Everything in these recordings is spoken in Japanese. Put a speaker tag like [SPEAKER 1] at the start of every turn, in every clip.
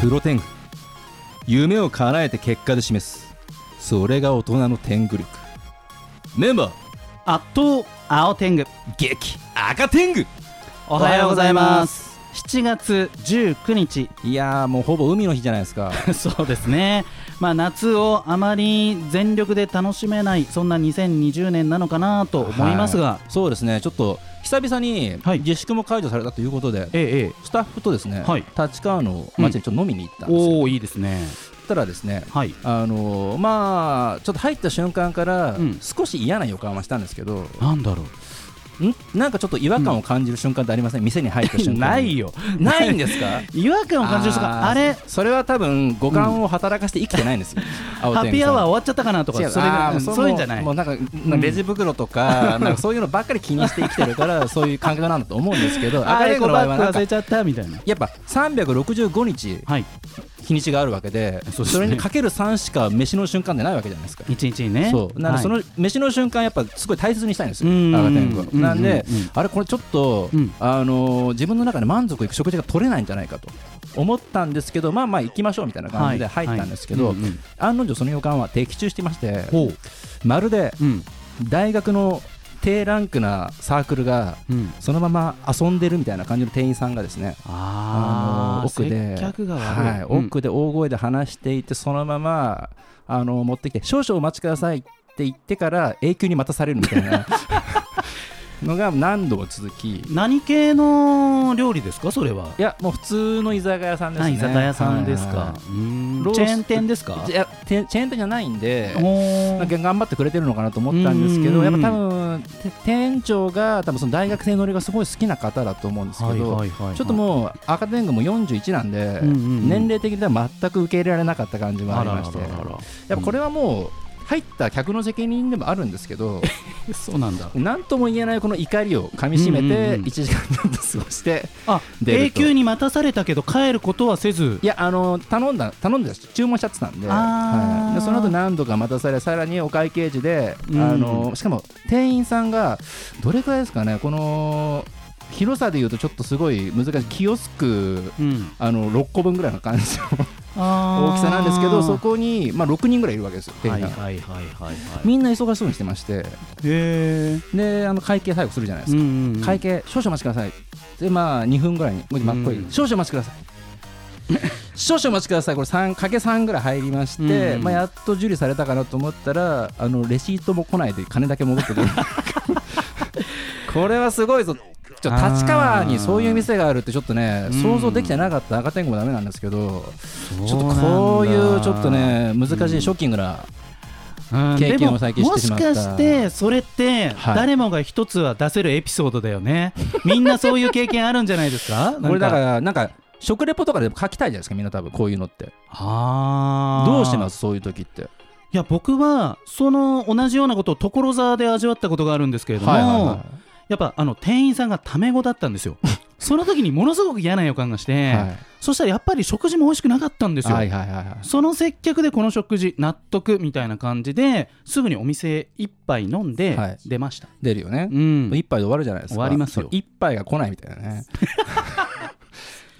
[SPEAKER 1] プロテング夢を叶えて結果で示すそれが大人の天狗力メンバー
[SPEAKER 2] 圧倒青天狗
[SPEAKER 1] 激赤天狗
[SPEAKER 2] お
[SPEAKER 1] はようございます
[SPEAKER 2] 7月19日
[SPEAKER 1] いやーもうほぼ海の日じゃないですか
[SPEAKER 2] そうですねまあ夏をあまり全力で楽しめないそんな2020年なのかなと思いますが、
[SPEAKER 1] はそうですねちょっと久々に
[SPEAKER 2] はい
[SPEAKER 1] 自粛も解除されたということで、
[SPEAKER 2] ええええ
[SPEAKER 1] スタッフとですね、
[SPEAKER 2] はい
[SPEAKER 1] 立川の町にちょっと飲みに行ったんですよ、
[SPEAKER 2] おおいいですね
[SPEAKER 1] そしたらですね
[SPEAKER 2] はい
[SPEAKER 1] あのーまあちょっと入った瞬間から
[SPEAKER 2] うん
[SPEAKER 1] 少し嫌な予感はしたんですけど、
[SPEAKER 2] なんだろ
[SPEAKER 1] んなんかちょっと違和感を感じる瞬間ってありません、店に入った瞬
[SPEAKER 2] う
[SPEAKER 1] 間
[SPEAKER 2] ない
[SPEAKER 1] よ
[SPEAKER 2] よ
[SPEAKER 1] ないんですか
[SPEAKER 2] 違和感を感じるとかあ
[SPEAKER 1] ー
[SPEAKER 2] れ
[SPEAKER 1] それは多分五感を働かせて生きてないんですよ、青
[SPEAKER 2] ハッピーアワー
[SPEAKER 1] ー
[SPEAKER 2] 終わっちゃったかなと
[SPEAKER 1] と
[SPEAKER 2] かそれがそういうんじゃない
[SPEAKER 1] もうなんかなんかレジ袋と か,、なんかそういうのばっかり気にして生きてるからそういう感覚なんだと思うんですけど
[SPEAKER 2] あー
[SPEAKER 1] 赤レ
[SPEAKER 2] エ
[SPEAKER 1] ンガ
[SPEAKER 2] コ
[SPEAKER 1] の場
[SPEAKER 2] バ
[SPEAKER 1] 合は
[SPEAKER 2] ッグ
[SPEAKER 1] なん
[SPEAKER 2] 忘
[SPEAKER 1] か
[SPEAKER 2] れちゃったみたいな
[SPEAKER 1] やっぱ365日
[SPEAKER 2] はい
[SPEAKER 1] 日にちがあるわけで
[SPEAKER 2] そ
[SPEAKER 1] そう
[SPEAKER 2] ですね
[SPEAKER 1] れにかける3しか飯の瞬間でないわけじゃないですか。
[SPEAKER 2] 一日にね
[SPEAKER 1] そうなん
[SPEAKER 2] は
[SPEAKER 1] で
[SPEAKER 2] い
[SPEAKER 1] その飯の瞬間やっぱすごい大切にしたいんですよ、
[SPEAKER 2] うん
[SPEAKER 1] 赤天狗
[SPEAKER 2] うん
[SPEAKER 1] は。なんで
[SPEAKER 2] うんうん
[SPEAKER 1] あれこれちょっと、
[SPEAKER 2] うん
[SPEAKER 1] あのー自分の中で満足いく食事が取れないんじゃないかと思ったんですけどまあまあ行きましょうみたいな感じで入ったんですけど、
[SPEAKER 2] はいはいうんうん
[SPEAKER 1] 案の定その予感は的中していまして
[SPEAKER 2] ほう
[SPEAKER 1] まるで
[SPEAKER 2] うん
[SPEAKER 1] 大学の低ランクなサークルが
[SPEAKER 2] うん
[SPEAKER 1] そのまま遊んでるみたいな感じの店員さんがですねあ
[SPEAKER 2] あ
[SPEAKER 1] の
[SPEAKER 2] ー
[SPEAKER 1] 奥で
[SPEAKER 2] 接客が悪い
[SPEAKER 1] はい
[SPEAKER 2] うん
[SPEAKER 1] 奥で大声で話していてそのままあの持ってきて少々お待ちくださいって言ってから永久に待たされるみたい なのが何度も続きい
[SPEAKER 2] 何系の料理ですかそれは
[SPEAKER 1] やもう普通の居酒屋さんです
[SPEAKER 2] あ
[SPEAKER 1] ね
[SPEAKER 2] 居酒屋さんです
[SPEAKER 1] はい
[SPEAKER 2] か
[SPEAKER 1] は
[SPEAKER 2] うーん
[SPEAKER 1] ロース
[SPEAKER 2] チェーン店ですか
[SPEAKER 1] いいやてチェーン店じゃないんで
[SPEAKER 2] お
[SPEAKER 1] なんか頑張ってくれてるのかなと思ったんですけ
[SPEAKER 2] う
[SPEAKER 1] ど
[SPEAKER 2] んう
[SPEAKER 1] や
[SPEAKER 2] ん
[SPEAKER 1] っ
[SPEAKER 2] うん
[SPEAKER 1] ぱ多分て店長が多分その大学生のりがすごい好きな方だと思うんですけど
[SPEAKER 2] いは
[SPEAKER 1] ちょっともう赤天狗も41なんで、
[SPEAKER 2] うんうんうん
[SPEAKER 1] 年齢的には全く受け入れられなかった感じもありまして
[SPEAKER 2] あららららら
[SPEAKER 1] やっぱこれはもう入った客の責任でもあるんですけど
[SPEAKER 2] そうなんだ
[SPEAKER 1] 何とも言えないこの怒りをかみしめ
[SPEAKER 2] うんう
[SPEAKER 1] て
[SPEAKER 2] んうん
[SPEAKER 1] 1時間ちょっと過ごして
[SPEAKER 2] あ
[SPEAKER 1] 出ると
[SPEAKER 2] 永久に待たされたけど帰ることはせず
[SPEAKER 1] いやあの頼んだ頼んでたし注文しちゃってたんで,、
[SPEAKER 2] あー
[SPEAKER 1] はい、でその後何度か待たされさらにお会計時で、
[SPEAKER 2] うん
[SPEAKER 1] あのしかも店員さんがどれくらいですかねこの広さでいうとちょっとすごい難しいキオスク
[SPEAKER 2] うん
[SPEAKER 1] あの6個分ぐらいの感じの
[SPEAKER 2] 大
[SPEAKER 1] 大きさなんですけどそこに、まあ、6人ぐらいいるわけですよ、店
[SPEAKER 2] は
[SPEAKER 1] 員
[SPEAKER 2] い
[SPEAKER 1] が
[SPEAKER 2] はいはいはいはい
[SPEAKER 1] みんな忙しそうにしてまして
[SPEAKER 2] へえ
[SPEAKER 1] であの会計最後するじゃないですか、会計少々お待ちくださいでまあ2分ぐらいにもう真っこい、
[SPEAKER 2] うん
[SPEAKER 1] 少々お待ちください 少々お待ちくださいこれ3かけ3ぐらい入りまして、
[SPEAKER 2] うん
[SPEAKER 1] まあ、やっと受理されたかなと思ったらあのレシートも来ないで金だけ戻ってくる これはすごいぞちょ
[SPEAKER 2] あー
[SPEAKER 1] 立川にそういう店があるってちょっとね
[SPEAKER 2] うん
[SPEAKER 1] 想像できてなかった赤天狗もダメなんですけどちょっとこういうちょっとね難しいショッキングな経験を最近してしまった
[SPEAKER 2] でももしかしてそれって
[SPEAKER 1] はい
[SPEAKER 2] 誰もが一つは出せるエピソードだ よね、みんなそういう経験あるんじゃないですか
[SPEAKER 1] これだかららなんか食レポとかでも書きたいじゃないですかみんな多分こういうのって
[SPEAKER 2] あ
[SPEAKER 1] どうしてますすそういう時って
[SPEAKER 2] いや僕はその同じようなことを所沢で味わったことがあるんですけれども、やっぱあの店員さんがタメ語だったんで すよその時にものすごく嫌な予感がして、
[SPEAKER 1] はい
[SPEAKER 2] そしたらやっぱり食事も美味しくなかったんですよ、
[SPEAKER 1] はいはいはいはい
[SPEAKER 2] その接客でこの食事納得みたいな感じですぐにお店一杯飲んで
[SPEAKER 1] はい
[SPEAKER 2] 出ました、
[SPEAKER 1] 出るよね
[SPEAKER 2] うん
[SPEAKER 1] 一杯で終わるじゃないですか
[SPEAKER 2] 終わりますよ
[SPEAKER 1] 一杯が来ないみたいな ね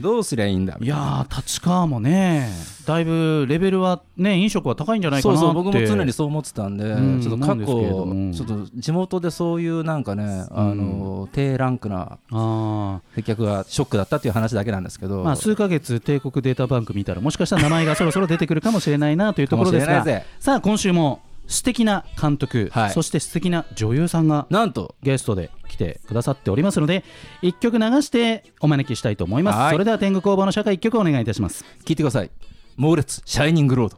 [SPEAKER 1] どうすりゃいいんだ
[SPEAKER 2] いやー立川もねだいぶレベルはね飲食は高いんじゃないか
[SPEAKER 1] そ
[SPEAKER 2] なっ
[SPEAKER 1] う
[SPEAKER 2] て
[SPEAKER 1] そう僕も常にそう思ってたんで、
[SPEAKER 2] うん
[SPEAKER 1] ちょっと過
[SPEAKER 2] 思
[SPEAKER 1] 去
[SPEAKER 2] うんです
[SPEAKER 1] ち
[SPEAKER 2] け
[SPEAKER 1] ょっ
[SPEAKER 2] れ
[SPEAKER 1] と
[SPEAKER 2] ど
[SPEAKER 1] 地元でそういうなんかね、あの低ランクな
[SPEAKER 2] あー
[SPEAKER 1] 接客がショックだったっていう話だけなんですけど、
[SPEAKER 2] まあ、数ヶ月帝国データバンク見たらもしかしたら名前がそろそろ出てくるかもしれないなというところです
[SPEAKER 1] かも
[SPEAKER 2] が
[SPEAKER 1] しれないぜ
[SPEAKER 2] さあ今週も素敵な監督、
[SPEAKER 1] はい
[SPEAKER 2] そして素敵な女優さんが
[SPEAKER 1] なんと
[SPEAKER 2] ゲストで来てくださっておりますので一曲流してお招きしたいと思いま
[SPEAKER 1] はい
[SPEAKER 2] すそれでは天狗工房の社会一曲お願いいたします
[SPEAKER 1] 聞いてください猛烈シャイニングロード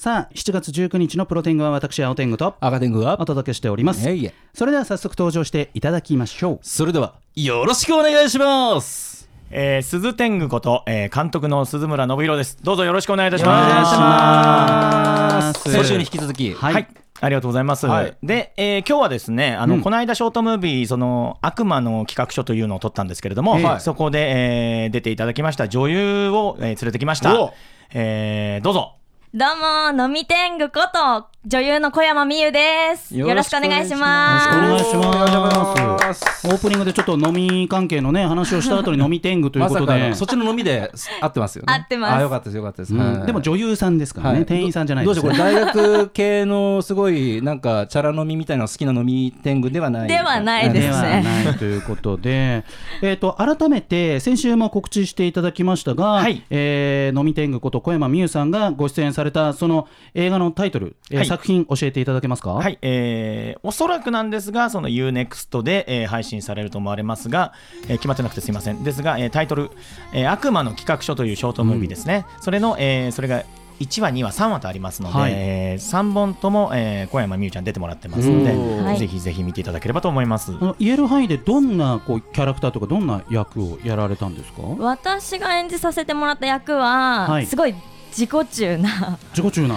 [SPEAKER 2] さあ7月19日のプロ天狗は私青天狗と
[SPEAKER 1] 赤天狗は
[SPEAKER 2] お届けしております
[SPEAKER 1] いえいえ
[SPEAKER 2] それでは早速登場していただきましょう
[SPEAKER 1] それではよろしくお願いします
[SPEAKER 3] えー、鈴天狗こと、えー、監督の鈴村信弘です。どうぞよろしくお願いいたし
[SPEAKER 2] お願いし
[SPEAKER 3] ま。
[SPEAKER 2] ますす
[SPEAKER 1] 先週に引き続き、
[SPEAKER 3] はい、
[SPEAKER 2] はい
[SPEAKER 3] ありがとうございます。
[SPEAKER 1] はい
[SPEAKER 3] で、えー、今日はですね、あの、
[SPEAKER 2] うん
[SPEAKER 3] この間ショートムービー、その悪魔の企画書というのを撮ったんですけれども、
[SPEAKER 2] ええ
[SPEAKER 3] そこで、えー、出ていただきました女優を、えー、連れてきま
[SPEAKER 1] お
[SPEAKER 3] した。えー、どうぞ。
[SPEAKER 4] どうも、飲み天狗こと、女優の小山美優です。よろしくお願いします。
[SPEAKER 2] よろしくお願いします
[SPEAKER 1] ます。
[SPEAKER 2] オープニングでちょっと飲み関係のね話をした後に飲み天狗という
[SPEAKER 1] ま
[SPEAKER 2] こ
[SPEAKER 1] さ
[SPEAKER 2] と
[SPEAKER 1] か
[SPEAKER 2] で、
[SPEAKER 1] のそっちの飲みで合ってますよね。
[SPEAKER 4] 合ってます
[SPEAKER 1] あ、よかったです、よかったです。
[SPEAKER 2] うん
[SPEAKER 1] はい
[SPEAKER 2] でも女優さんですからね、店員さんじゃない
[SPEAKER 1] ど
[SPEAKER 2] で
[SPEAKER 1] うし
[SPEAKER 2] す
[SPEAKER 1] ようこれ大学系のすごいなんかチャラ飲みみたいなの好きな飲み天狗ではない
[SPEAKER 4] で はない
[SPEAKER 2] で
[SPEAKER 4] です
[SPEAKER 2] は
[SPEAKER 4] ね
[SPEAKER 2] ないということで、えっと改めて先週も告知していただきましたが、
[SPEAKER 3] はい
[SPEAKER 2] えー飲み天狗こと小山美優さんがご出演されたその映画のタイトル、えー
[SPEAKER 3] はい
[SPEAKER 2] 作品教えていただけますか。
[SPEAKER 3] はい、えーおそらくなんですが、その UNEXT で、えー配信されると思われますが、えー決まってなくてすいません。ですが、えータイトル、えー悪魔の企画書というショートムービーですね。それの、えーそれが1話、2話、3話とありますので、
[SPEAKER 2] はい
[SPEAKER 3] え3本とも、えー小山美優ちゃん出てもらってますので、
[SPEAKER 1] お
[SPEAKER 4] ーはい
[SPEAKER 3] ぜひぜひ見ていただければと思います。
[SPEAKER 2] あの言える範囲でどんなこうキャラクターとかどんな役をやられたんですか
[SPEAKER 4] 私が演じさせてもらった役は、
[SPEAKER 2] はい
[SPEAKER 4] すごい自己中な
[SPEAKER 2] 自己中な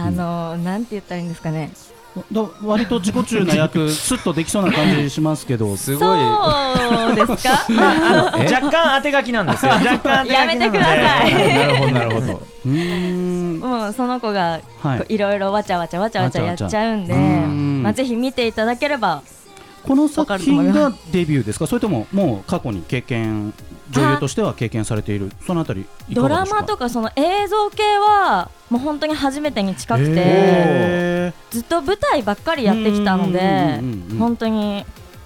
[SPEAKER 4] あの、なんて言ったらいいんですかね
[SPEAKER 2] だ割と自己中な 役スッとできそうな感じしますけど
[SPEAKER 1] す
[SPEAKER 4] そ
[SPEAKER 1] ごい。
[SPEAKER 4] うです か
[SPEAKER 1] え
[SPEAKER 3] 若干当て書きなん ですよ。若干当て書きなの
[SPEAKER 4] やめ
[SPEAKER 3] で。
[SPEAKER 4] てください
[SPEAKER 1] なるほどなるほど。
[SPEAKER 2] うーん
[SPEAKER 4] もうその子が
[SPEAKER 2] はい
[SPEAKER 4] こういろいろわちゃわちゃわちゃわちゃやっちゃうんで
[SPEAKER 2] わちゃわちゃうん
[SPEAKER 4] まあ、ぜひ見ていただければ
[SPEAKER 2] この作品がデビューですかそれとももう過去に経験女優としては経験されているそのあたりいか
[SPEAKER 4] ド
[SPEAKER 2] が
[SPEAKER 4] ラ
[SPEAKER 2] ですか
[SPEAKER 4] マとかその映像系はもう本当に初めてに近くて、
[SPEAKER 2] へ
[SPEAKER 4] ずっと舞台ばっかりやってきたので
[SPEAKER 2] うんうんうんうん
[SPEAKER 4] 本当に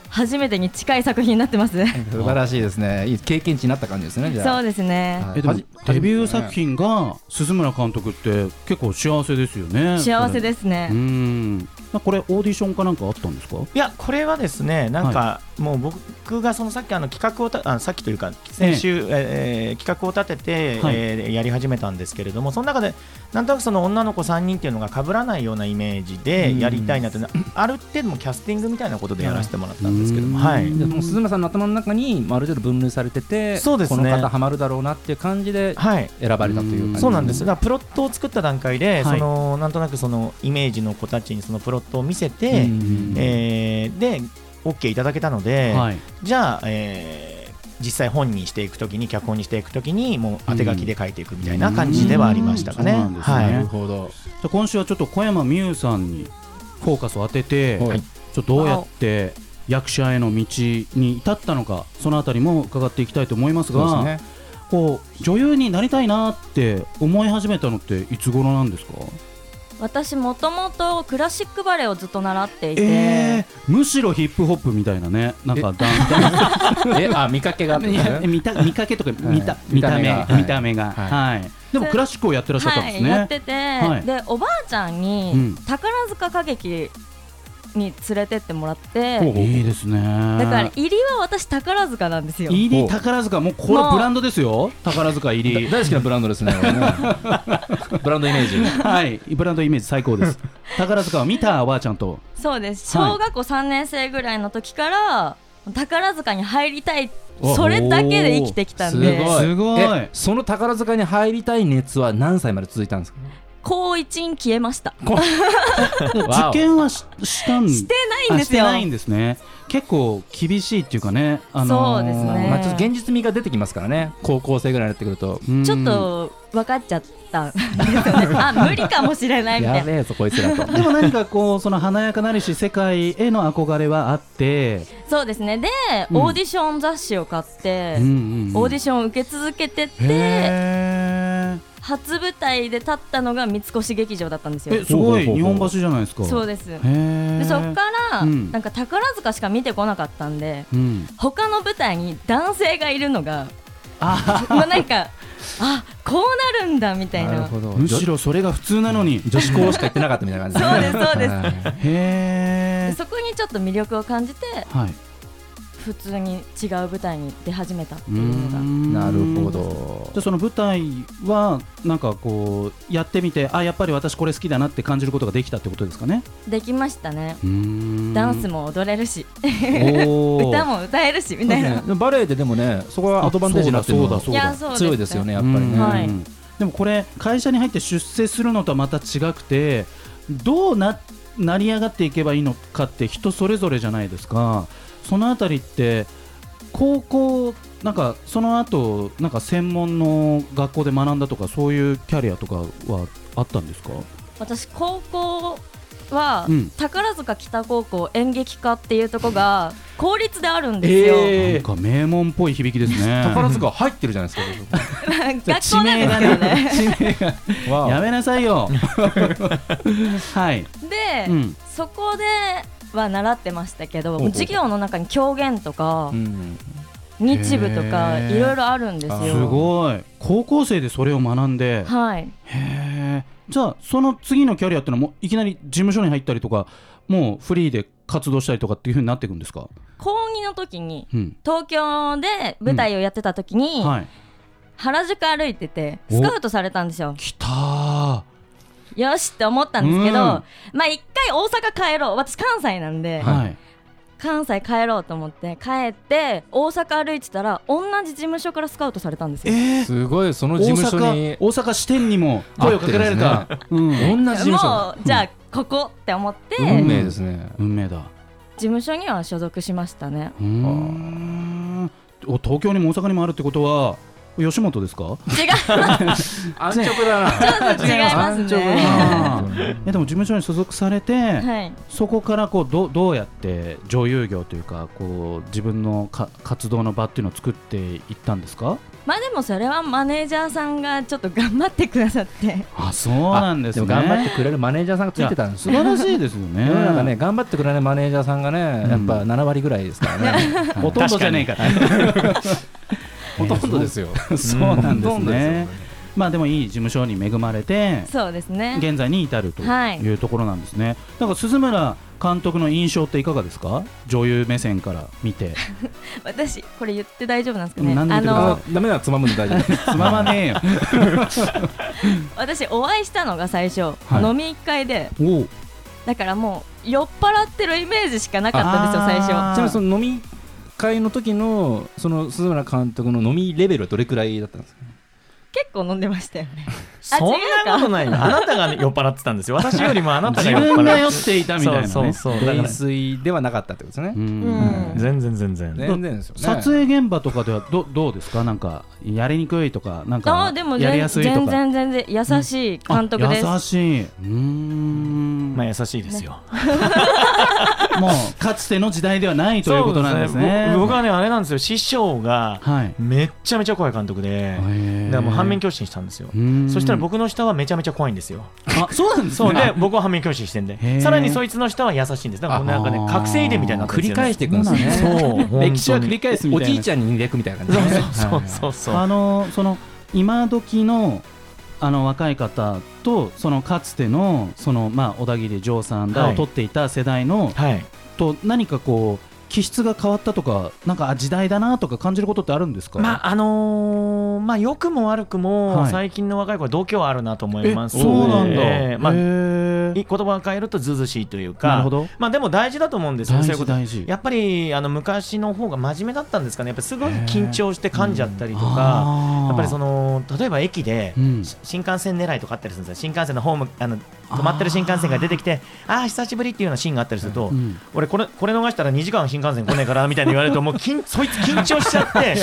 [SPEAKER 4] 初めてに近い作品になってます
[SPEAKER 1] 素晴らしいですね。いい経験値になった感じですね。じゃあ。
[SPEAKER 4] そうですね
[SPEAKER 1] は
[SPEAKER 2] ー
[SPEAKER 1] い
[SPEAKER 2] えで
[SPEAKER 1] は
[SPEAKER 2] も
[SPEAKER 1] じ
[SPEAKER 2] デビュー作品が鈴村監督って結構幸せですよね
[SPEAKER 4] 幸せ
[SPEAKER 2] す
[SPEAKER 4] です
[SPEAKER 2] うー
[SPEAKER 4] ね
[SPEAKER 2] んまあこれオーディションかなんかあったんですか
[SPEAKER 3] いやこれはですねなんか、もう僕がそのさっきあの企画をたあさっきというか先週、えー企画を立てて、
[SPEAKER 2] はい
[SPEAKER 3] えーやり始めたんですけれどもその中でなんとなくその女の子3人っていうのが被らないようなイメージ
[SPEAKER 1] う
[SPEAKER 3] で
[SPEAKER 1] ん
[SPEAKER 3] やりたいなってなある程度もキャスティングみたいなことでやらせてもらったんですけども、
[SPEAKER 2] うん
[SPEAKER 3] はい、
[SPEAKER 1] でもう鈴村さんの頭の中にまあある程度分類されてて、
[SPEAKER 3] そうですね
[SPEAKER 1] この方ハマるだろうなっていう感じで
[SPEAKER 3] はい、
[SPEAKER 1] 選ばれたという感
[SPEAKER 2] うん
[SPEAKER 1] じ。
[SPEAKER 3] そうなんですだからプロットを作った段階
[SPEAKER 2] は
[SPEAKER 3] で、
[SPEAKER 2] い
[SPEAKER 3] そのなんとなくそのイメージの子たちにそのプロットを見せ
[SPEAKER 1] うん
[SPEAKER 3] て、
[SPEAKER 2] うん
[SPEAKER 3] えー、で OK いただけたので。
[SPEAKER 2] はい
[SPEAKER 3] じゃあ、えー実際本にしていくときに脚本にしていくときにもう当て書きで書いていくみたいな感じではありましたかね。
[SPEAKER 2] うんうんそう
[SPEAKER 3] は
[SPEAKER 2] ないんですね
[SPEAKER 1] ほど。
[SPEAKER 2] じゃあ今週はちょっと小山美優さんにフォーカスを当てて、
[SPEAKER 1] はい
[SPEAKER 2] ちょっとどうやって役者への道に至ったのかそのあたりも伺っていきたいと思います
[SPEAKER 1] そうです
[SPEAKER 2] が
[SPEAKER 1] ね。
[SPEAKER 2] こう女優になりたいなって思い始めたのっていつ頃なんですか
[SPEAKER 4] 私もともとクラシックバレエをずっと習っていて、
[SPEAKER 2] えーむしろヒップホップみたいなねなんかダンダン
[SPEAKER 1] えあ見かけがあったん
[SPEAKER 2] い
[SPEAKER 1] です
[SPEAKER 2] や
[SPEAKER 1] ね。
[SPEAKER 2] 見た見かけとか見た、
[SPEAKER 1] はい
[SPEAKER 2] 見た目見
[SPEAKER 1] 見
[SPEAKER 2] た
[SPEAKER 1] た
[SPEAKER 2] 目が
[SPEAKER 1] はい
[SPEAKER 2] はい、でもクラシックをやってらっしゃったん
[SPEAKER 4] は
[SPEAKER 2] です
[SPEAKER 4] い、
[SPEAKER 2] ね、
[SPEAKER 4] やってて、
[SPEAKER 2] はい
[SPEAKER 4] でおばあちゃん
[SPEAKER 2] う
[SPEAKER 4] に
[SPEAKER 2] ん
[SPEAKER 4] 宝塚歌劇に連れてってもらって、
[SPEAKER 1] ほう
[SPEAKER 2] いいですね
[SPEAKER 4] だから入りは私宝塚なんですよ
[SPEAKER 2] 入り宝塚もうこれブランドですよ宝塚入り
[SPEAKER 1] だ大好きなブランドですね。これねブランドイメージ。
[SPEAKER 2] はい、ブランドイメージ最高 です。宝塚を見たおばあちゃんと。
[SPEAKER 4] そうです
[SPEAKER 2] はい
[SPEAKER 4] 小学校3年生ぐらいの時から、宝塚に入りたい
[SPEAKER 2] お
[SPEAKER 4] それだけで生きてきたん
[SPEAKER 2] す
[SPEAKER 4] で
[SPEAKER 2] ごい
[SPEAKER 1] えその宝塚に入りたい熱は何歳まで続いたんですか
[SPEAKER 4] 高一に消えました
[SPEAKER 1] わお
[SPEAKER 2] 受験はししたん
[SPEAKER 4] してないんで
[SPEAKER 2] あし
[SPEAKER 4] す
[SPEAKER 2] て
[SPEAKER 4] よ
[SPEAKER 2] ないんですね。結構厳しいっていうかね。あのー
[SPEAKER 4] そうですね
[SPEAKER 1] まあ、ちょっと現実味が出てきますからね高校生ぐらいになってくると
[SPEAKER 2] うん
[SPEAKER 4] ちょっと分かっちゃったんですよ ねあ無理かもしれないみた
[SPEAKER 1] や
[SPEAKER 4] いな
[SPEAKER 1] べえぞこいつらと
[SPEAKER 2] でも何かこうその華やかなりし世界への憧れはあっ て、
[SPEAKER 4] そうですねで、
[SPEAKER 2] うん
[SPEAKER 4] オーディション雑誌を買って、オーディ
[SPEAKER 2] シ
[SPEAKER 4] ションを受け続けて
[SPEAKER 2] ョ
[SPEAKER 4] て初舞台で立ったのが三越劇場だったんです
[SPEAKER 2] え
[SPEAKER 4] よ
[SPEAKER 2] すごい
[SPEAKER 1] ほうほうほう
[SPEAKER 2] 日本橋じゃないですか。
[SPEAKER 4] そうです
[SPEAKER 2] へー
[SPEAKER 4] でそっから、
[SPEAKER 2] うん
[SPEAKER 4] なんか宝塚しか見てこなかったんで
[SPEAKER 2] うん。
[SPEAKER 4] 他の舞台に男性がいるのが
[SPEAKER 2] あ
[SPEAKER 4] もうなんかあこうなるんだみたい
[SPEAKER 1] ど
[SPEAKER 4] な
[SPEAKER 2] むしろそれが普通なのに。
[SPEAKER 1] 女子 校しか行ってなかったみたいな感じ
[SPEAKER 4] そうですそう
[SPEAKER 1] です
[SPEAKER 2] へ
[SPEAKER 4] で
[SPEAKER 2] え。
[SPEAKER 4] そこにちょっと魅力を感じて
[SPEAKER 2] はい。
[SPEAKER 4] 普通に違う舞台に出始めたって
[SPEAKER 2] う
[SPEAKER 4] い
[SPEAKER 2] ー
[SPEAKER 4] うのが
[SPEAKER 2] ん
[SPEAKER 1] なるほど
[SPEAKER 2] じゃあその舞台はなんかこうやってみてあやっぱり私これ好きだなって感じることができたってことですかね
[SPEAKER 4] できましたね
[SPEAKER 2] ダ
[SPEAKER 4] ダンスも踊れるし
[SPEAKER 2] も
[SPEAKER 4] 歌も歌えるしみたいな
[SPEAKER 1] でもバレエででもねそこはアドバンテージになってるの
[SPEAKER 2] あ
[SPEAKER 1] が
[SPEAKER 2] そう
[SPEAKER 4] だそうだいやそうですね
[SPEAKER 1] 強いですよねやっぱりね、
[SPEAKER 4] はい
[SPEAKER 2] でもこれ会社に入って出世するのとはまた違くてどうな成り上がっていけばいいのかって人それぞれじゃないですかそのあたりって高校なんかその後なんか専門の学校で学んだとかそういうキャリアとかはあったんですか
[SPEAKER 4] 私高校は、
[SPEAKER 2] うん
[SPEAKER 4] 宝塚北高校演劇科っていうとこが公立であるんですよ、
[SPEAKER 2] な
[SPEAKER 1] え
[SPEAKER 2] んか名門っぽい響きです ね。
[SPEAKER 1] 宝塚入ってるじゃないですか
[SPEAKER 4] 学校 なんですよね
[SPEAKER 2] 地名が
[SPEAKER 1] 僕わあ
[SPEAKER 2] やめなさい よ。はい。
[SPEAKER 4] で、
[SPEAKER 2] うん
[SPEAKER 4] そこでは習ってましたけど
[SPEAKER 1] ほうほう
[SPEAKER 4] 授業の中に狂言とか
[SPEAKER 1] うん
[SPEAKER 4] 日舞とか
[SPEAKER 2] へー
[SPEAKER 4] いろいろあるんです
[SPEAKER 1] あ
[SPEAKER 2] す
[SPEAKER 1] ー
[SPEAKER 4] よ
[SPEAKER 2] ごい。高校生でそれを学んで。
[SPEAKER 4] はい
[SPEAKER 2] へえ。じゃあその次のキャリアってのはもういきなり事務所に入ったりとか、もうフリーで活動したりとかっていう風になっていくんですか。
[SPEAKER 4] 高2の時に
[SPEAKER 2] うん。
[SPEAKER 4] 東京で舞台をやってた時に、
[SPEAKER 2] はい。
[SPEAKER 4] 原宿歩いててスカウトされたんですよ
[SPEAKER 2] きたー。
[SPEAKER 4] よしって思ったんですけど、
[SPEAKER 2] うん
[SPEAKER 4] まあ一回大阪帰ろう私関西なんで、
[SPEAKER 2] はい。
[SPEAKER 4] 関西帰ろうと思って帰って大阪歩いてたら同じ事務所からスカウトされたんですよ
[SPEAKER 2] ええ。
[SPEAKER 1] すごいその
[SPEAKER 2] 大
[SPEAKER 1] 事務所に
[SPEAKER 2] 阪大阪支店にも声をかけられた。うん
[SPEAKER 1] 同じ事務所
[SPEAKER 4] もうじゃあここって思って、
[SPEAKER 2] う
[SPEAKER 1] 運
[SPEAKER 2] ん
[SPEAKER 4] 事
[SPEAKER 1] 命ですね
[SPEAKER 2] 運命だ。
[SPEAKER 4] 務所には所属しましたね
[SPEAKER 2] うーんお東京にも大阪にもあるってことは吉本ですか
[SPEAKER 4] 違う
[SPEAKER 1] 安直だな
[SPEAKER 4] 違います
[SPEAKER 1] 安直だ
[SPEAKER 4] ね
[SPEAKER 1] な
[SPEAKER 2] あいやでも事務所に所属されて、
[SPEAKER 4] はい
[SPEAKER 2] そこからこうどどうやって女優業というかこう自分のか活動の場っていうのを作っていったんですか
[SPEAKER 4] まあでもそれはマネージャーさんがちょっと頑張ってくださって
[SPEAKER 2] あそうなんですね
[SPEAKER 1] も頑張ってくれるマネージャーさんがついてたんです
[SPEAKER 2] 素
[SPEAKER 1] よ
[SPEAKER 2] 晴らしいですよね
[SPEAKER 1] 世の中 ね頑張ってくれるマネージャーさんがねやっぱ
[SPEAKER 2] う
[SPEAKER 1] 7割ぐらいですからね
[SPEAKER 2] ほとんどじゃねえか
[SPEAKER 1] ほとんどですよ
[SPEAKER 2] そうなんで
[SPEAKER 1] ほ
[SPEAKER 2] す
[SPEAKER 1] とんど
[SPEAKER 2] ね
[SPEAKER 1] よ
[SPEAKER 2] まあでもいい事務所に恵まれて
[SPEAKER 4] そうですね
[SPEAKER 2] 現在に至ると
[SPEAKER 4] はい
[SPEAKER 2] いうところなんですね。なんか鈴村監督の印象っていかがですか？女優目線から見て。
[SPEAKER 4] 私これ言って大丈夫なんですかね
[SPEAKER 2] 何でも言っ
[SPEAKER 4] あ
[SPEAKER 2] てください
[SPEAKER 4] の
[SPEAKER 1] あダメならつまむんで大丈夫です
[SPEAKER 2] つままねえよ。
[SPEAKER 4] 私お会いしたのが最初、
[SPEAKER 2] はい
[SPEAKER 4] 飲み会で
[SPEAKER 2] おう
[SPEAKER 4] だからもう酔っ払ってるイメージしかなかったんですよ最初
[SPEAKER 1] ちなみにその飲み会の時のその鈴村監督の飲みレベルはどれくらいだったんですか
[SPEAKER 4] 結構飲んでましたよね
[SPEAKER 3] そんなことないよあなたが酔っ払ってたんですよ私よりもあなた
[SPEAKER 2] 自
[SPEAKER 3] が酔っ払
[SPEAKER 2] 分が酔
[SPEAKER 3] っ
[SPEAKER 2] っていたみたいなね。
[SPEAKER 3] そうそうそうだから
[SPEAKER 1] 泥酔ではなかったってことですね
[SPEAKER 2] うん
[SPEAKER 4] うん
[SPEAKER 3] 全然全然
[SPEAKER 1] 全然ですよね
[SPEAKER 2] 撮影現場とかではどどうですか？なんかやりにくいとかなん
[SPEAKER 4] あ
[SPEAKER 2] か
[SPEAKER 4] ーでも
[SPEAKER 2] やり
[SPEAKER 4] 全
[SPEAKER 2] やすいと
[SPEAKER 4] 全
[SPEAKER 2] か。
[SPEAKER 4] 然全然優しい
[SPEAKER 2] あ
[SPEAKER 4] 監督です、
[SPEAKER 2] 優しい。うー ん。も
[SPEAKER 3] まあ優しいですよ
[SPEAKER 2] うかつての時代ではないということなんですね。
[SPEAKER 3] 僕僕はねあれなんですよ師匠が
[SPEAKER 2] はい。
[SPEAKER 3] めっちゃめちゃ怖い監督でだからもう反面教師にしたんですよそしたら僕の下はめちゃめちゃ怖いんですよ
[SPEAKER 2] あそうなんです
[SPEAKER 3] そう
[SPEAKER 2] ね。
[SPEAKER 3] で僕は反面教師してん
[SPEAKER 2] へー
[SPEAKER 3] でさらにそいつの下は優しいんですだからもうなんかね
[SPEAKER 2] あー
[SPEAKER 3] 覚醒遺伝みたいになって
[SPEAKER 1] 繰
[SPEAKER 3] るん
[SPEAKER 1] り返
[SPEAKER 3] ですよね
[SPEAKER 1] していくんですね
[SPEAKER 3] そう本当に
[SPEAKER 2] 歴史は繰り返すみ
[SPEAKER 1] お
[SPEAKER 2] たいな。
[SPEAKER 1] じいちゃんに略みたいな感じですね
[SPEAKER 3] そう
[SPEAKER 1] はい
[SPEAKER 3] そうそう
[SPEAKER 2] あのその今時のあの若い方とそのかつてのそのまあ小田切丈さんら
[SPEAKER 3] は
[SPEAKER 2] を
[SPEAKER 3] い
[SPEAKER 2] 取っていた世代の、
[SPEAKER 3] はい
[SPEAKER 2] と何かこう気質が変わったとかなんかあ時代だなとか感じることってあるんですか。
[SPEAKER 3] まああのーまあ良くも悪く
[SPEAKER 2] は
[SPEAKER 3] も
[SPEAKER 2] い
[SPEAKER 3] 最近の若い子は度胸あるなと思い
[SPEAKER 2] え
[SPEAKER 3] ます
[SPEAKER 2] そうなんだ。
[SPEAKER 3] ええまあい
[SPEAKER 2] へえ
[SPEAKER 3] 言葉を変えるとずうずうしいという
[SPEAKER 2] なるほ
[SPEAKER 3] か
[SPEAKER 2] ど。
[SPEAKER 3] まあでも大事だと思うんですよ
[SPEAKER 2] 大
[SPEAKER 3] そうい
[SPEAKER 2] 事
[SPEAKER 3] うこと
[SPEAKER 2] 大事。
[SPEAKER 3] やっぱりあの昔の方が真面目だったんですかねやっぱりすごい緊張して噛んじゃったりとか
[SPEAKER 2] あー
[SPEAKER 3] やっぱりその例えば駅で
[SPEAKER 2] うん
[SPEAKER 3] し新幹線狙いとかあったりするんですよ新幹線のホームあの止まってる新幹線が出てきてああー久しぶりっていうようなシーンがあったりすると、
[SPEAKER 2] うん
[SPEAKER 3] 俺これこれ逃したら2時間新幹線来ねえからみたいに言われると もう緊そいつ緊張しちゃって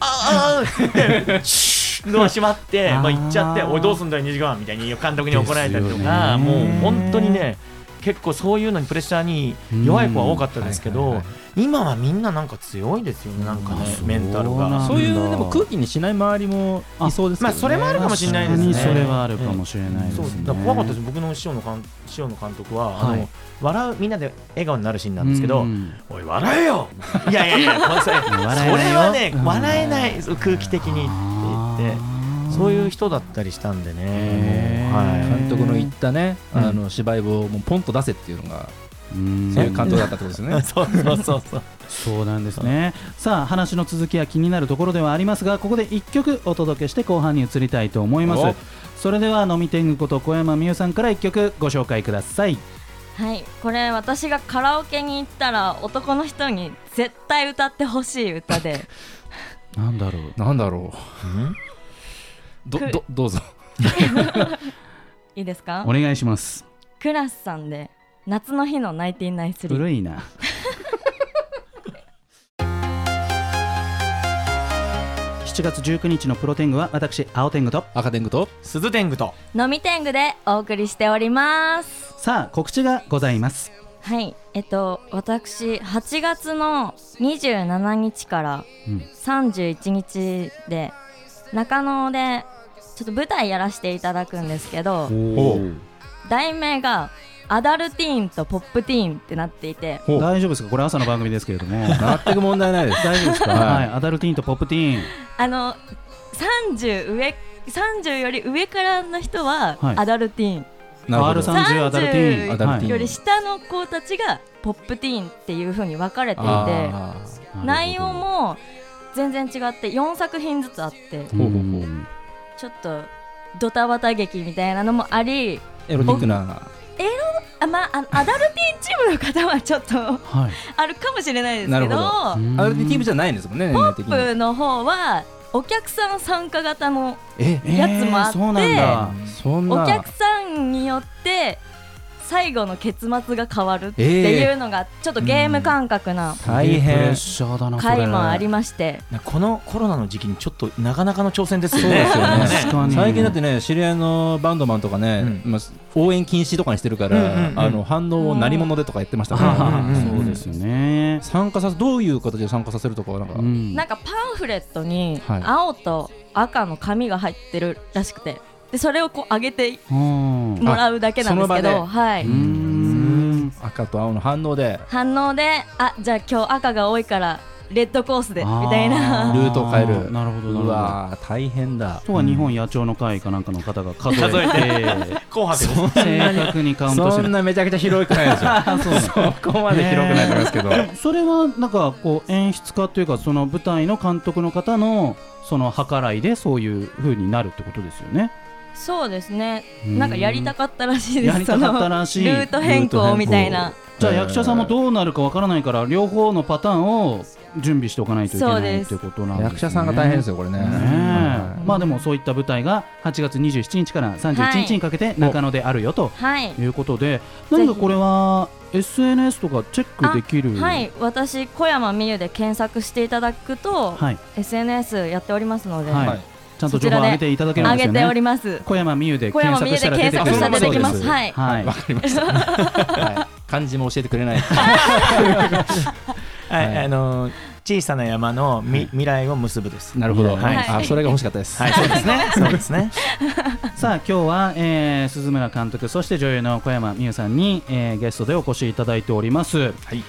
[SPEAKER 3] あーあーってシュードア閉まって
[SPEAKER 2] あー
[SPEAKER 3] まあ、行っちゃっておいどうすんだよ2時間みたいに監督に怒られたりと
[SPEAKER 2] ですよね
[SPEAKER 3] かもう本当にね結構そういうのにプレッシャーに弱い子は多かったですけ
[SPEAKER 1] うん
[SPEAKER 3] ど、
[SPEAKER 1] はいはい
[SPEAKER 3] 今はみんななんか強いですよねなんかね
[SPEAKER 2] あそう
[SPEAKER 3] メンタルが。
[SPEAKER 2] なんだ
[SPEAKER 1] そういうでも空気にしない周りもいそうですけどね
[SPEAKER 3] まあそれもあるかもしれないですね。
[SPEAKER 2] 確かにそれはあるかもしれないです
[SPEAKER 3] そ
[SPEAKER 2] ね
[SPEAKER 3] うだから怖かったです、僕の師匠のかん師匠の監督は、
[SPEAKER 2] はい
[SPEAKER 3] あの笑うみんなで笑顔になるシーンなんですけど、
[SPEAKER 2] うん
[SPEAKER 3] おい、笑えよいやいやい や、これそれそれ
[SPEAKER 2] 笑えないよ
[SPEAKER 3] はね
[SPEAKER 2] う、ん
[SPEAKER 3] 笑えない、空気的
[SPEAKER 2] あ
[SPEAKER 3] にって言って、
[SPEAKER 2] ー
[SPEAKER 3] そういう人だったりしたんで
[SPEAKER 2] へ
[SPEAKER 3] ね、
[SPEAKER 2] ー
[SPEAKER 3] は
[SPEAKER 1] 監督の言ったね、
[SPEAKER 3] うん
[SPEAKER 1] あの芝居をもうポンと出せっていうのが、
[SPEAKER 2] うん
[SPEAKER 1] そういう監督だったってことですよね
[SPEAKER 3] い、。そうそうそうそう、
[SPEAKER 2] そうなんですねさあ話の続きは気になるところではありますがここで1曲お届けして後半に移りたいと思いま
[SPEAKER 1] お
[SPEAKER 2] すそれでは飲み天狗こと小山美代さんから1曲ご紹介ください
[SPEAKER 4] はいこれ私がカラオケに行ったら男の人に絶対歌ってほしい歌で
[SPEAKER 2] なんだろう
[SPEAKER 1] なんだろう、どどどうぞ。
[SPEAKER 4] いいですか
[SPEAKER 2] お願いします
[SPEAKER 4] クラスさんで夏の日のナイティナイスリー
[SPEAKER 2] 古い な7
[SPEAKER 3] 7
[SPEAKER 2] 月19日のプロテングは私青天狗と
[SPEAKER 1] 赤天狗と
[SPEAKER 3] 鈴天狗と
[SPEAKER 4] 飲み天狗でお送りしております
[SPEAKER 2] さあ告知がございます
[SPEAKER 4] はいえっと私8月の27日から
[SPEAKER 2] うん
[SPEAKER 4] 31日で中野でちょっと舞台やらせていただくんですけど
[SPEAKER 1] お
[SPEAKER 4] 題名がアダルティーンとポップティーンってなっていて
[SPEAKER 1] お
[SPEAKER 2] 大丈夫ですかこれ朝の番組ですけれども
[SPEAKER 1] 全く問題ないです
[SPEAKER 2] 大丈夫ですか、
[SPEAKER 1] は
[SPEAKER 2] はいい、アダルティーンとポップティーン
[SPEAKER 4] あの30上30より上からの人は
[SPEAKER 2] はい
[SPEAKER 4] アダルティーン、
[SPEAKER 1] なるほど
[SPEAKER 2] R30 アダルティーン
[SPEAKER 1] アダルティーン
[SPEAKER 4] より下の子たちがポップティーンっていう風に分かれていて
[SPEAKER 1] あ
[SPEAKER 4] 内容も全然違って4作品ずつあって
[SPEAKER 1] ほうほうほう
[SPEAKER 4] ちょっとドタバタ劇みたいなのもあり
[SPEAKER 1] ーエロティックな
[SPEAKER 4] あまああアダルティーンチームの方はちょっと
[SPEAKER 2] はい
[SPEAKER 4] あるかもしれないです
[SPEAKER 1] な
[SPEAKER 4] け
[SPEAKER 1] る
[SPEAKER 4] ど
[SPEAKER 1] ほどアダルティームじゃないんですもんね年齢的
[SPEAKER 4] ポ
[SPEAKER 1] に
[SPEAKER 4] ップの方はお客さん参加型の
[SPEAKER 1] え
[SPEAKER 4] やつもあって
[SPEAKER 2] そうなんだ
[SPEAKER 1] そんな
[SPEAKER 4] お客さんによって最後の結末が変わるっていうのがちょっとゲーム感覚な
[SPEAKER 1] 大
[SPEAKER 2] プレ
[SPEAKER 1] 変
[SPEAKER 2] ッシャーだなそれ
[SPEAKER 4] 回もありまして
[SPEAKER 3] このコロナの時期にちょっとなかなかの挑戦です
[SPEAKER 1] そ
[SPEAKER 3] よ
[SPEAKER 1] うで
[SPEAKER 3] ね
[SPEAKER 1] すよね
[SPEAKER 2] 確かに
[SPEAKER 1] 最近だってね知り合いのバンドマンとかね、
[SPEAKER 3] う
[SPEAKER 1] まあ、応援禁止とかにしてるから、
[SPEAKER 3] うんうんうん
[SPEAKER 1] あの反応を何者でとか言ってましたから、
[SPEAKER 3] うんうんうん
[SPEAKER 2] そうですよね
[SPEAKER 1] 参加させどういう形で参加させるとかはなんか、
[SPEAKER 2] うん
[SPEAKER 4] なんかパンフレットに
[SPEAKER 1] はい
[SPEAKER 4] 青と赤の紙が入ってるらしくてでそれをこう上げて
[SPEAKER 2] うん
[SPEAKER 4] もらうだけなんですけ
[SPEAKER 1] あその場
[SPEAKER 4] ど
[SPEAKER 1] で
[SPEAKER 4] は
[SPEAKER 2] う
[SPEAKER 4] い
[SPEAKER 2] ん
[SPEAKER 1] 赤と青の反応で
[SPEAKER 4] 反応であじゃあ今日赤が多いからレッドコースでみ
[SPEAKER 2] あー
[SPEAKER 4] たいな
[SPEAKER 1] ルートを変える
[SPEAKER 2] なるほどなる
[SPEAKER 1] う
[SPEAKER 2] ほど
[SPEAKER 1] わー大変だ
[SPEAKER 2] とは日本野鳥の会かなんかの方が数
[SPEAKER 3] 数
[SPEAKER 2] え
[SPEAKER 3] えて
[SPEAKER 2] て
[SPEAKER 3] 紅白です
[SPEAKER 2] 正確にカウントし
[SPEAKER 1] そ
[SPEAKER 2] て
[SPEAKER 1] んなめちゃくちゃ広くない ですよそこまで広くないと思いますけど、
[SPEAKER 2] それはなんかこう演出家というかその舞台の監督の方のその計らいでそういう風になるってことですよね。
[SPEAKER 4] そうですねなんかやりた
[SPEAKER 2] く
[SPEAKER 4] かったらしいで
[SPEAKER 2] や
[SPEAKER 4] す
[SPEAKER 2] り
[SPEAKER 4] そ
[SPEAKER 2] たか
[SPEAKER 4] の
[SPEAKER 2] った
[SPEAKER 4] ル
[SPEAKER 2] らしい
[SPEAKER 4] ート変更みたいな
[SPEAKER 2] じゃあ役者さんもどうなるかわからないから両方のパターンを準備しておかないといけ
[SPEAKER 4] そう
[SPEAKER 2] ない
[SPEAKER 4] で
[SPEAKER 2] って
[SPEAKER 4] す
[SPEAKER 2] いうことなんですね。
[SPEAKER 1] 役者さんが大変です
[SPEAKER 2] よ。
[SPEAKER 1] よこれね
[SPEAKER 2] ねえ
[SPEAKER 1] は
[SPEAKER 2] まあでもそういった舞台が8月27日から31日にかけて中野であるよと
[SPEAKER 4] はい
[SPEAKER 2] いうことで、なんかこれは SNS とかチェックできる
[SPEAKER 4] はい私小山美優で検索していただくと、
[SPEAKER 2] はい
[SPEAKER 4] SNS やっておりますので、
[SPEAKER 1] い
[SPEAKER 2] はい
[SPEAKER 1] はい
[SPEAKER 2] ちゃんと情報を上げていただけるん
[SPEAKER 4] 上
[SPEAKER 2] です
[SPEAKER 4] げ
[SPEAKER 2] よね。
[SPEAKER 4] ております
[SPEAKER 2] 小山美優で
[SPEAKER 4] 小
[SPEAKER 2] 検
[SPEAKER 4] 山美
[SPEAKER 2] 索
[SPEAKER 4] 優
[SPEAKER 2] した
[SPEAKER 4] で
[SPEAKER 2] ら出
[SPEAKER 4] 検
[SPEAKER 2] てくる
[SPEAKER 4] 索したら出てきます
[SPEAKER 1] そうです
[SPEAKER 4] はい、
[SPEAKER 1] はい
[SPEAKER 2] は
[SPEAKER 1] わ
[SPEAKER 2] い、
[SPEAKER 1] かりました、 はい、漢字も教えてくれ ない
[SPEAKER 3] はい
[SPEAKER 1] はい
[SPEAKER 3] あのー小さな山のみ未来を結ぶです
[SPEAKER 1] なるほど、
[SPEAKER 3] はい
[SPEAKER 1] あそれが欲しかったです、
[SPEAKER 3] はいそうですねそうで すね
[SPEAKER 2] さあ今日は、えー鈴村監督そして女優の小山美優さんに、えーゲストでお越しいただいております、
[SPEAKER 3] はい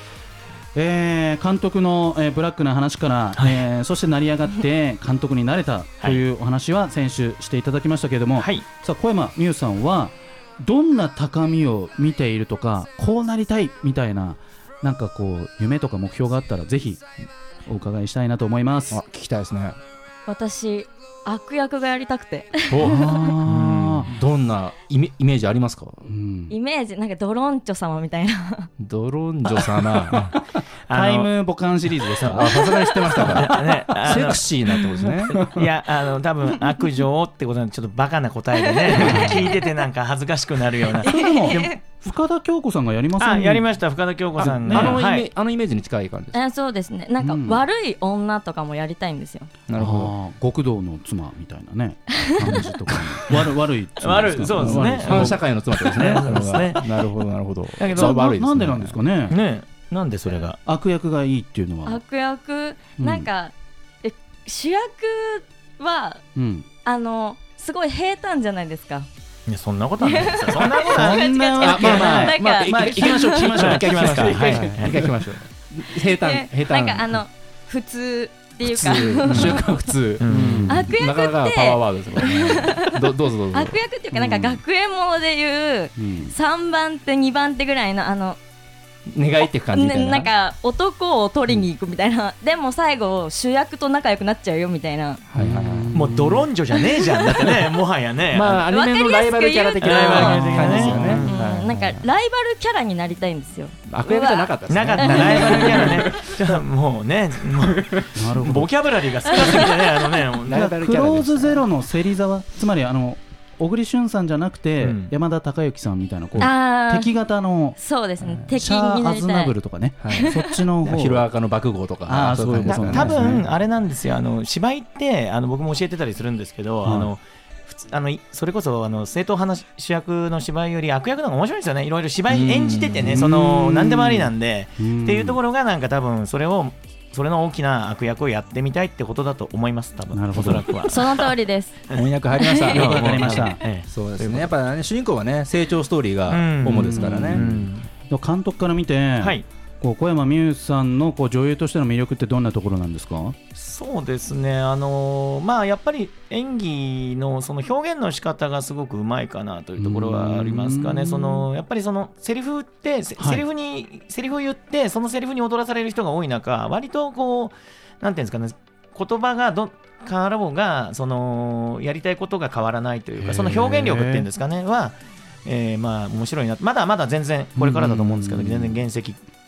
[SPEAKER 2] えー監督の、えーブラックな話から、えーそして成り上がって監督になれたというお話は先週していただきましたけれども、
[SPEAKER 3] はい
[SPEAKER 2] さあ小山美優さんはどんな高みを見ているとかこうなりたいみたいななんかこう夢とか目標があったらぜひお伺いしたいなと思います。
[SPEAKER 1] あ聞きたいですね
[SPEAKER 4] 私悪役がやりた くて
[SPEAKER 2] あ
[SPEAKER 1] どんなイメイメージありますか
[SPEAKER 2] ーうん
[SPEAKER 4] イメージなんかドロンチョ様みたいな
[SPEAKER 1] ドロンジョ様
[SPEAKER 2] タイ
[SPEAKER 3] ム
[SPEAKER 2] ムボカンシリーズです
[SPEAKER 1] あさすがに知ってました か
[SPEAKER 3] ねあ
[SPEAKER 1] セ
[SPEAKER 3] の
[SPEAKER 1] クシーなってことですね
[SPEAKER 3] いやあの多分悪女ってことなんでちょっとバカな答えでね聞いててなんか恥ずかしくなるような
[SPEAKER 2] それでも 深田恭子さんがやりません
[SPEAKER 3] あやりました深田恭子さんね
[SPEAKER 1] あのイメ、
[SPEAKER 3] はい
[SPEAKER 1] あのイメージに近い感じで
[SPEAKER 4] えそうですねなんか
[SPEAKER 2] うん
[SPEAKER 4] 悪い女とかもやりたいんですよ、
[SPEAKER 1] すなるほど
[SPEAKER 2] あー極道の妻みたいなね感じ とかも悪悪い妻
[SPEAKER 3] 悪いそうですね
[SPEAKER 2] 悪い
[SPEAKER 1] 反社会の妻ってことですね
[SPEAKER 3] そうですね
[SPEAKER 1] なるほどなるほど
[SPEAKER 3] だけど
[SPEAKER 1] それは
[SPEAKER 2] な
[SPEAKER 1] 悪い
[SPEAKER 2] なんでなんですかね
[SPEAKER 3] ねなんでそれが
[SPEAKER 2] 悪役がいいっていうのは、
[SPEAKER 4] 悪役
[SPEAKER 2] うん
[SPEAKER 4] なんか、え主役は
[SPEAKER 2] うん、
[SPEAKER 4] あのすごい平坦じゃないですか
[SPEAKER 3] いやそんなことはない ですよそんなことはな
[SPEAKER 2] そ
[SPEAKER 3] い
[SPEAKER 2] んなわ
[SPEAKER 1] あ
[SPEAKER 2] け
[SPEAKER 1] まあま
[SPEAKER 2] な
[SPEAKER 1] あ
[SPEAKER 2] い
[SPEAKER 4] な、んか
[SPEAKER 1] まあ、まあ、
[SPEAKER 2] まあ
[SPEAKER 1] 行き ましょう行きましょう一回行きましょう
[SPEAKER 3] 行きましょう
[SPEAKER 1] はいはい一回行きましょう平
[SPEAKER 4] で
[SPEAKER 1] 坦平
[SPEAKER 4] な
[SPEAKER 1] 坦
[SPEAKER 4] んかあの普通っていうか
[SPEAKER 1] 普通週刊普通
[SPEAKER 3] うん
[SPEAKER 4] 悪役って
[SPEAKER 1] なかなかパワーワードですこれねどどうぞどうぞ
[SPEAKER 4] 悪役っていうかなんか
[SPEAKER 2] うん
[SPEAKER 4] 学園ものでいう
[SPEAKER 2] うん
[SPEAKER 4] 3番手2番手ぐらいのあの
[SPEAKER 1] 願いって感じみたい
[SPEAKER 4] ね
[SPEAKER 1] な
[SPEAKER 4] なんか男を取りに行くみたいな、でも最後主役と仲良くなっちゃうよみたいな
[SPEAKER 1] はいはいはい
[SPEAKER 3] もうドロンジョじゃねえじゃんだってねもはやね
[SPEAKER 1] まあアニメのライバルキャラ的な
[SPEAKER 3] わ
[SPEAKER 1] 感
[SPEAKER 3] かり
[SPEAKER 1] じ
[SPEAKER 3] やすく言うと
[SPEAKER 1] ですよね
[SPEAKER 3] う
[SPEAKER 4] うん
[SPEAKER 1] はい。
[SPEAKER 4] なんかライバルキャラになりたいんですよ
[SPEAKER 1] 悪役じゃなかったですね。
[SPEAKER 3] なかったライバルキャラね。 じゃあもうね、も
[SPEAKER 2] なるほど
[SPEAKER 3] うボキャブラリーが少なすぎてね、あのね、もう
[SPEAKER 1] ライバルキャラ
[SPEAKER 2] クローズゼ
[SPEAKER 1] ロ
[SPEAKER 2] ロの芹沢つまりあの小栗旬さんじゃなくて、
[SPEAKER 3] うん
[SPEAKER 2] 山田孝之さんみたいなこう
[SPEAKER 4] ああ
[SPEAKER 2] 敵型の
[SPEAKER 4] そうですね敵
[SPEAKER 2] シャ
[SPEAKER 4] に
[SPEAKER 2] ア・
[SPEAKER 4] な
[SPEAKER 2] ア
[SPEAKER 4] り
[SPEAKER 2] ズナ
[SPEAKER 4] た
[SPEAKER 2] ブ
[SPEAKER 4] い
[SPEAKER 2] ルとかね、
[SPEAKER 1] はい
[SPEAKER 2] そっちの 方
[SPEAKER 1] ヒロアカの爆豪とか
[SPEAKER 2] あー
[SPEAKER 1] そういう感
[SPEAKER 2] そ
[SPEAKER 1] じで
[SPEAKER 2] うですす
[SPEAKER 1] か
[SPEAKER 3] 多
[SPEAKER 1] ね
[SPEAKER 2] ね
[SPEAKER 3] 分あれなんですよあの芝居ってあの僕も教えてたりするんですけど、
[SPEAKER 2] はい
[SPEAKER 3] あの普通あのいそれこそあの正統派の主役の芝居より悪役の方が面白いんですよねいろいろ芝居演じてて
[SPEAKER 2] う
[SPEAKER 3] ね
[SPEAKER 2] ん
[SPEAKER 3] その何でもありなんで
[SPEAKER 2] て
[SPEAKER 3] っていうとこ
[SPEAKER 2] ろ
[SPEAKER 3] ろがなんか多分それをそれの大きな悪役をやってみたいってことだと思います多分
[SPEAKER 2] なるほど
[SPEAKER 3] おそらくは
[SPEAKER 4] その通りです
[SPEAKER 1] 翻訳入りま した
[SPEAKER 2] よくわかりました
[SPEAKER 3] ええ
[SPEAKER 1] そうですねやっぱね主人公はね成長ストーリーが主ですから
[SPEAKER 3] う
[SPEAKER 1] ね
[SPEAKER 3] ん
[SPEAKER 2] 監督から見て、
[SPEAKER 3] はい
[SPEAKER 2] こう小山美優さんのこう女優としての魅力ってどんなところなんですか
[SPEAKER 3] そうですね、あのーまあ、やっぱり演技のその表現の仕方がすごくうまいかなというところはありますか
[SPEAKER 2] う
[SPEAKER 3] ね、
[SPEAKER 2] ん
[SPEAKER 3] そのやっぱりそのセリフって、せ
[SPEAKER 2] はい
[SPEAKER 3] セリフに、セリフを言って、そのセリフに踊らされる人が多い中、割とこう、なんていうんですかね、言葉がど変わろうが、そのやりたいことが変わらないという
[SPEAKER 2] へー
[SPEAKER 3] か、その表現力っていうんですかね、は、えーまあ面白いな、まだまだ全然、これからだと思うんですけど、
[SPEAKER 2] うん
[SPEAKER 3] 全然原石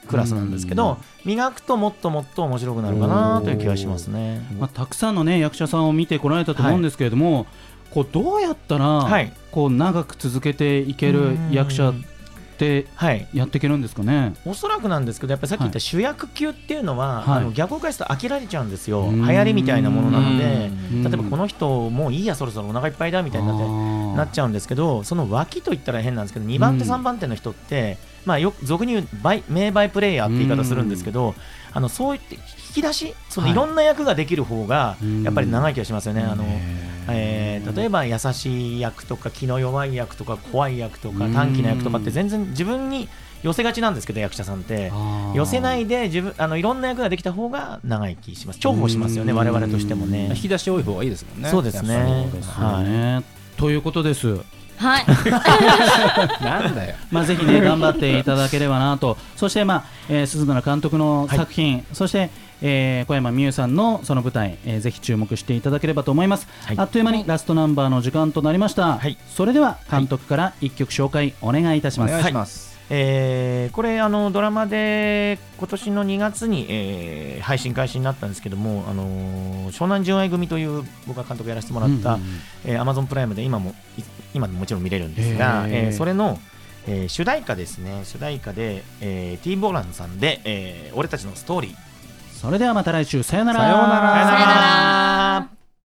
[SPEAKER 3] クラスなんですけ
[SPEAKER 2] うん
[SPEAKER 3] ど、磨くともっともっと面白くなるかなという気がしますね。
[SPEAKER 2] まあ、たくさんの、ね、役者さんを見てこられたと思うんですけれども、こうどうやったら、
[SPEAKER 3] はい。
[SPEAKER 2] こう長く続けていける役者って
[SPEAKER 3] はい。
[SPEAKER 2] やっていけるんですかね。
[SPEAKER 3] おそらくなんですけど、やっぱりさっき言った主役級っていうのは、
[SPEAKER 2] はい
[SPEAKER 3] あの逆を返すと飽きられちゃうんですよ。
[SPEAKER 2] う
[SPEAKER 3] 流
[SPEAKER 2] ん
[SPEAKER 3] 行りみたいなものなので、
[SPEAKER 2] うん
[SPEAKER 3] 例えばこの人もういいやそろそろお腹いっぱいだみたいになってな
[SPEAKER 2] な
[SPEAKER 3] っちゃうんですけど、その脇と言ったら変なんですけど、2番手3番手の人って、まあよく俗に言うバイ名バイプレイヤーって言い方するんですけど、あのそういって引き出し、その
[SPEAKER 2] はい
[SPEAKER 3] いろんな役ができる方が
[SPEAKER 2] うん
[SPEAKER 3] やっぱり長い気がしますよね。あの。えー例えば優しい役とか気の弱い役とか怖い役とか
[SPEAKER 2] うん
[SPEAKER 3] 短気な役とかって全然自分に寄せがちなんですけど役者さんって寄せないで自分あのいろんな役ができた方が長生きします重宝しますよね
[SPEAKER 2] うん
[SPEAKER 3] 我々としてもね
[SPEAKER 1] 引き出し多い方がいいですもんね
[SPEAKER 3] そうですね
[SPEAKER 2] そうねということです、
[SPEAKER 4] はい
[SPEAKER 1] なんだよ
[SPEAKER 2] まあ、ぜひ ね頑張っていただければなとそして、まあえー、鈴村監督の作品、そして、えー小山美優さんのその舞台、えーぜひ注目していただければと思います、
[SPEAKER 3] はい
[SPEAKER 2] あっという間にラストナンバーの時間となりました、
[SPEAKER 3] はい
[SPEAKER 2] それでは監督から一曲紹介お願いいたし
[SPEAKER 1] お
[SPEAKER 2] ます、
[SPEAKER 1] 願いします
[SPEAKER 3] えーこれあのドラマで今年の2月に、えー配信開始になったんですけども、あのー湘南純愛組という僕が監督やらせてもらった、
[SPEAKER 2] うんうんうん
[SPEAKER 3] えー、Amazon プライムで今もい今ももちろん見れるんですが、
[SPEAKER 2] へー
[SPEAKER 3] えーそれの、えー主題歌ですね主題歌で、えー、T ボランさんで、えー俺たちのストーリー
[SPEAKER 2] それではまた来週さようなら
[SPEAKER 1] さようなら
[SPEAKER 3] さようなら